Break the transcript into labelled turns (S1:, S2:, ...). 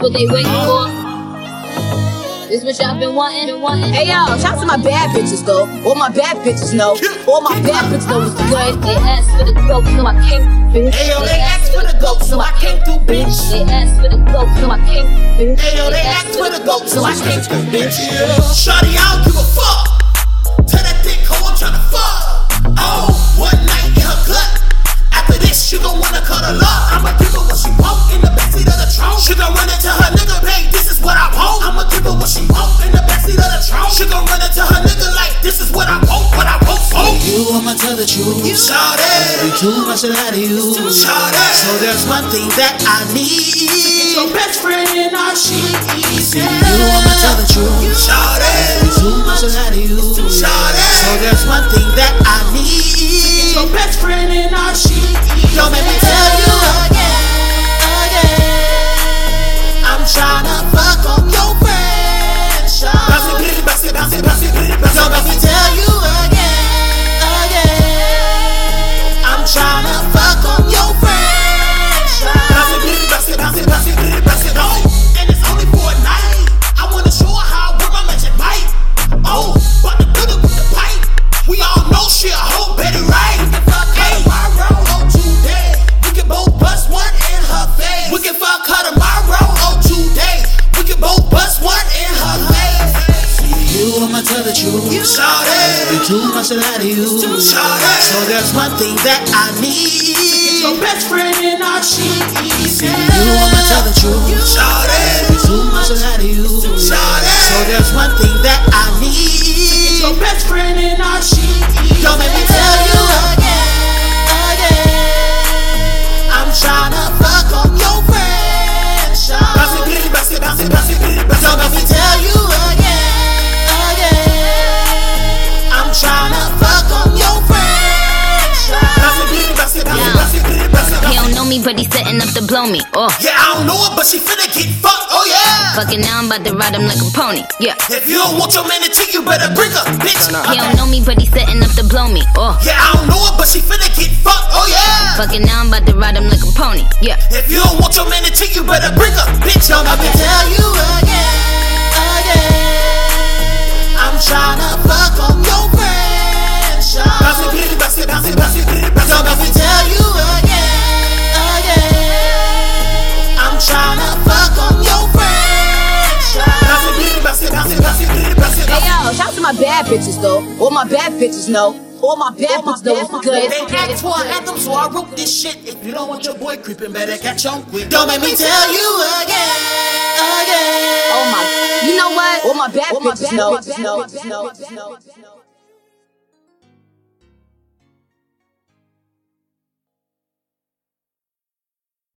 S1: what they waiting for. This what y'all been wanting and wanting.
S2: Hey yo, shout out to my bad bitches though. All my bad bitches know. All my bad bitches know what's good.
S1: They asked for the goat, so I came through.
S3: Ayo, they asked for the goat, so I came through, bitch.
S1: They asked for the goat, so I came through.
S3: Ayo, they asked for the goat, so I came through, bitch. Shawty, I don't give a fuck. Tell that dick hoe I'm tryna fuck. Oh, one night in her gut. After this, she gon' wanna cuddle up. I'ma give her what she want in the backseat of the trunk. She gon' run into her nigga, hey, this is what I want. I'ma give her what she want in the backseat of the trunk. She gon' run into her nigga like, this is what I want, what I want, oh.
S4: You, I'ma tell the truth.
S3: Shawty,
S4: You too much to lie to you.
S3: shawty.
S4: So there's one thing that I need.
S3: Your best friend, all she needs is
S4: You, I'ma tell the truth. You
S3: Shawty,
S4: too much to lie to you.
S3: shawty.
S4: So there's one thing that I need.
S3: Your best friend and all she needs
S4: Don't make me tell you again, again. I'm tryna fuck on your friendship.
S3: Bounce it, pit it, bounce it, bounce it, bounce it, pit it, bounce it,
S4: Don't make
S3: bounce it.
S4: me tell you again, again. I'm tryna fuck on your
S3: Bounce
S4: friendship.
S3: it, pit it, bounce it, bounce it, bounce it, pit it, bounce it. Oh, and it's only for a night. I wanna show her how I work my magic mic. Oh, but the good with the pipe. We all know she a hoe, Betty Wright. Hey, tomorrow or today. We can both bust one in her face. We can fuck her tomorrow or today. We can both bust one in her face.
S4: You, I'ma tell the truth. You
S3: Shawty,
S4: too much to lie to you. So
S3: shawty.
S4: there's one thing that I need.
S3: Your best friend and all she needs is
S4: You, I'ma tell the truth. You
S3: Shawty,
S4: too much to lie to you. So
S3: shawty.
S4: there's one thing that I need.
S3: Your best friend and all she needs
S4: Don't make me tell you again, again. I'm tryna fuck on your friendship.
S3: Bounce it, pit it, bounce it, bounce it, bounce it, pit it, bounce it,
S4: Don't make
S3: bounce
S4: me
S3: it.
S4: tell you again, again. I'm tryna fuck on your friendship.
S3: Bounce it, pit it, bounce it, bounce it, bounce it, pit it, bounce it,
S1: He
S3: bounce
S1: don't
S3: it.
S1: know me, but he's setting up to blow me. Oh,
S3: Yeah, I don't know her, but she finna get fucked. Oh yeah.
S1: fucking now I'm about to ride him like a pony. Yeah.
S3: If you don't want your man to cheat, you better bring her, bitch.
S1: He don't know me, but he's setting up to blow me. Oh,
S3: Yeah, I don't know her, but she finna get fucked. Oh yeah.
S1: fucking now I'm about to ride him like a pony. Yeah.
S3: If you don't want your man to cheat, you better bring her, bitch. Don't make me tell
S4: Tell you again, again. I'm tryna fuck on your
S3: Bounce
S4: friendship.
S3: it, pit it, bounce it, bounce it, bounce it, pit it, bounce it, bounce it.
S4: tell you again, again. I'm tryna fuck on your friendship.
S3: Bounce it, pit it, bounce it, bounce it, bounce it, pit it, bounce it,
S2: Hey
S3: bounce it.
S2: yo, shout out to my bad bitches though. All my bad bitches know. All my bad bitches know what's good.
S3: They asked for an anthem, so I wrote this shit. If you don't want your boy creeping, better catch on quick. Don't make me tell
S4: Tell you again, again.
S2: Oh my, you know what? All my bad bitches know.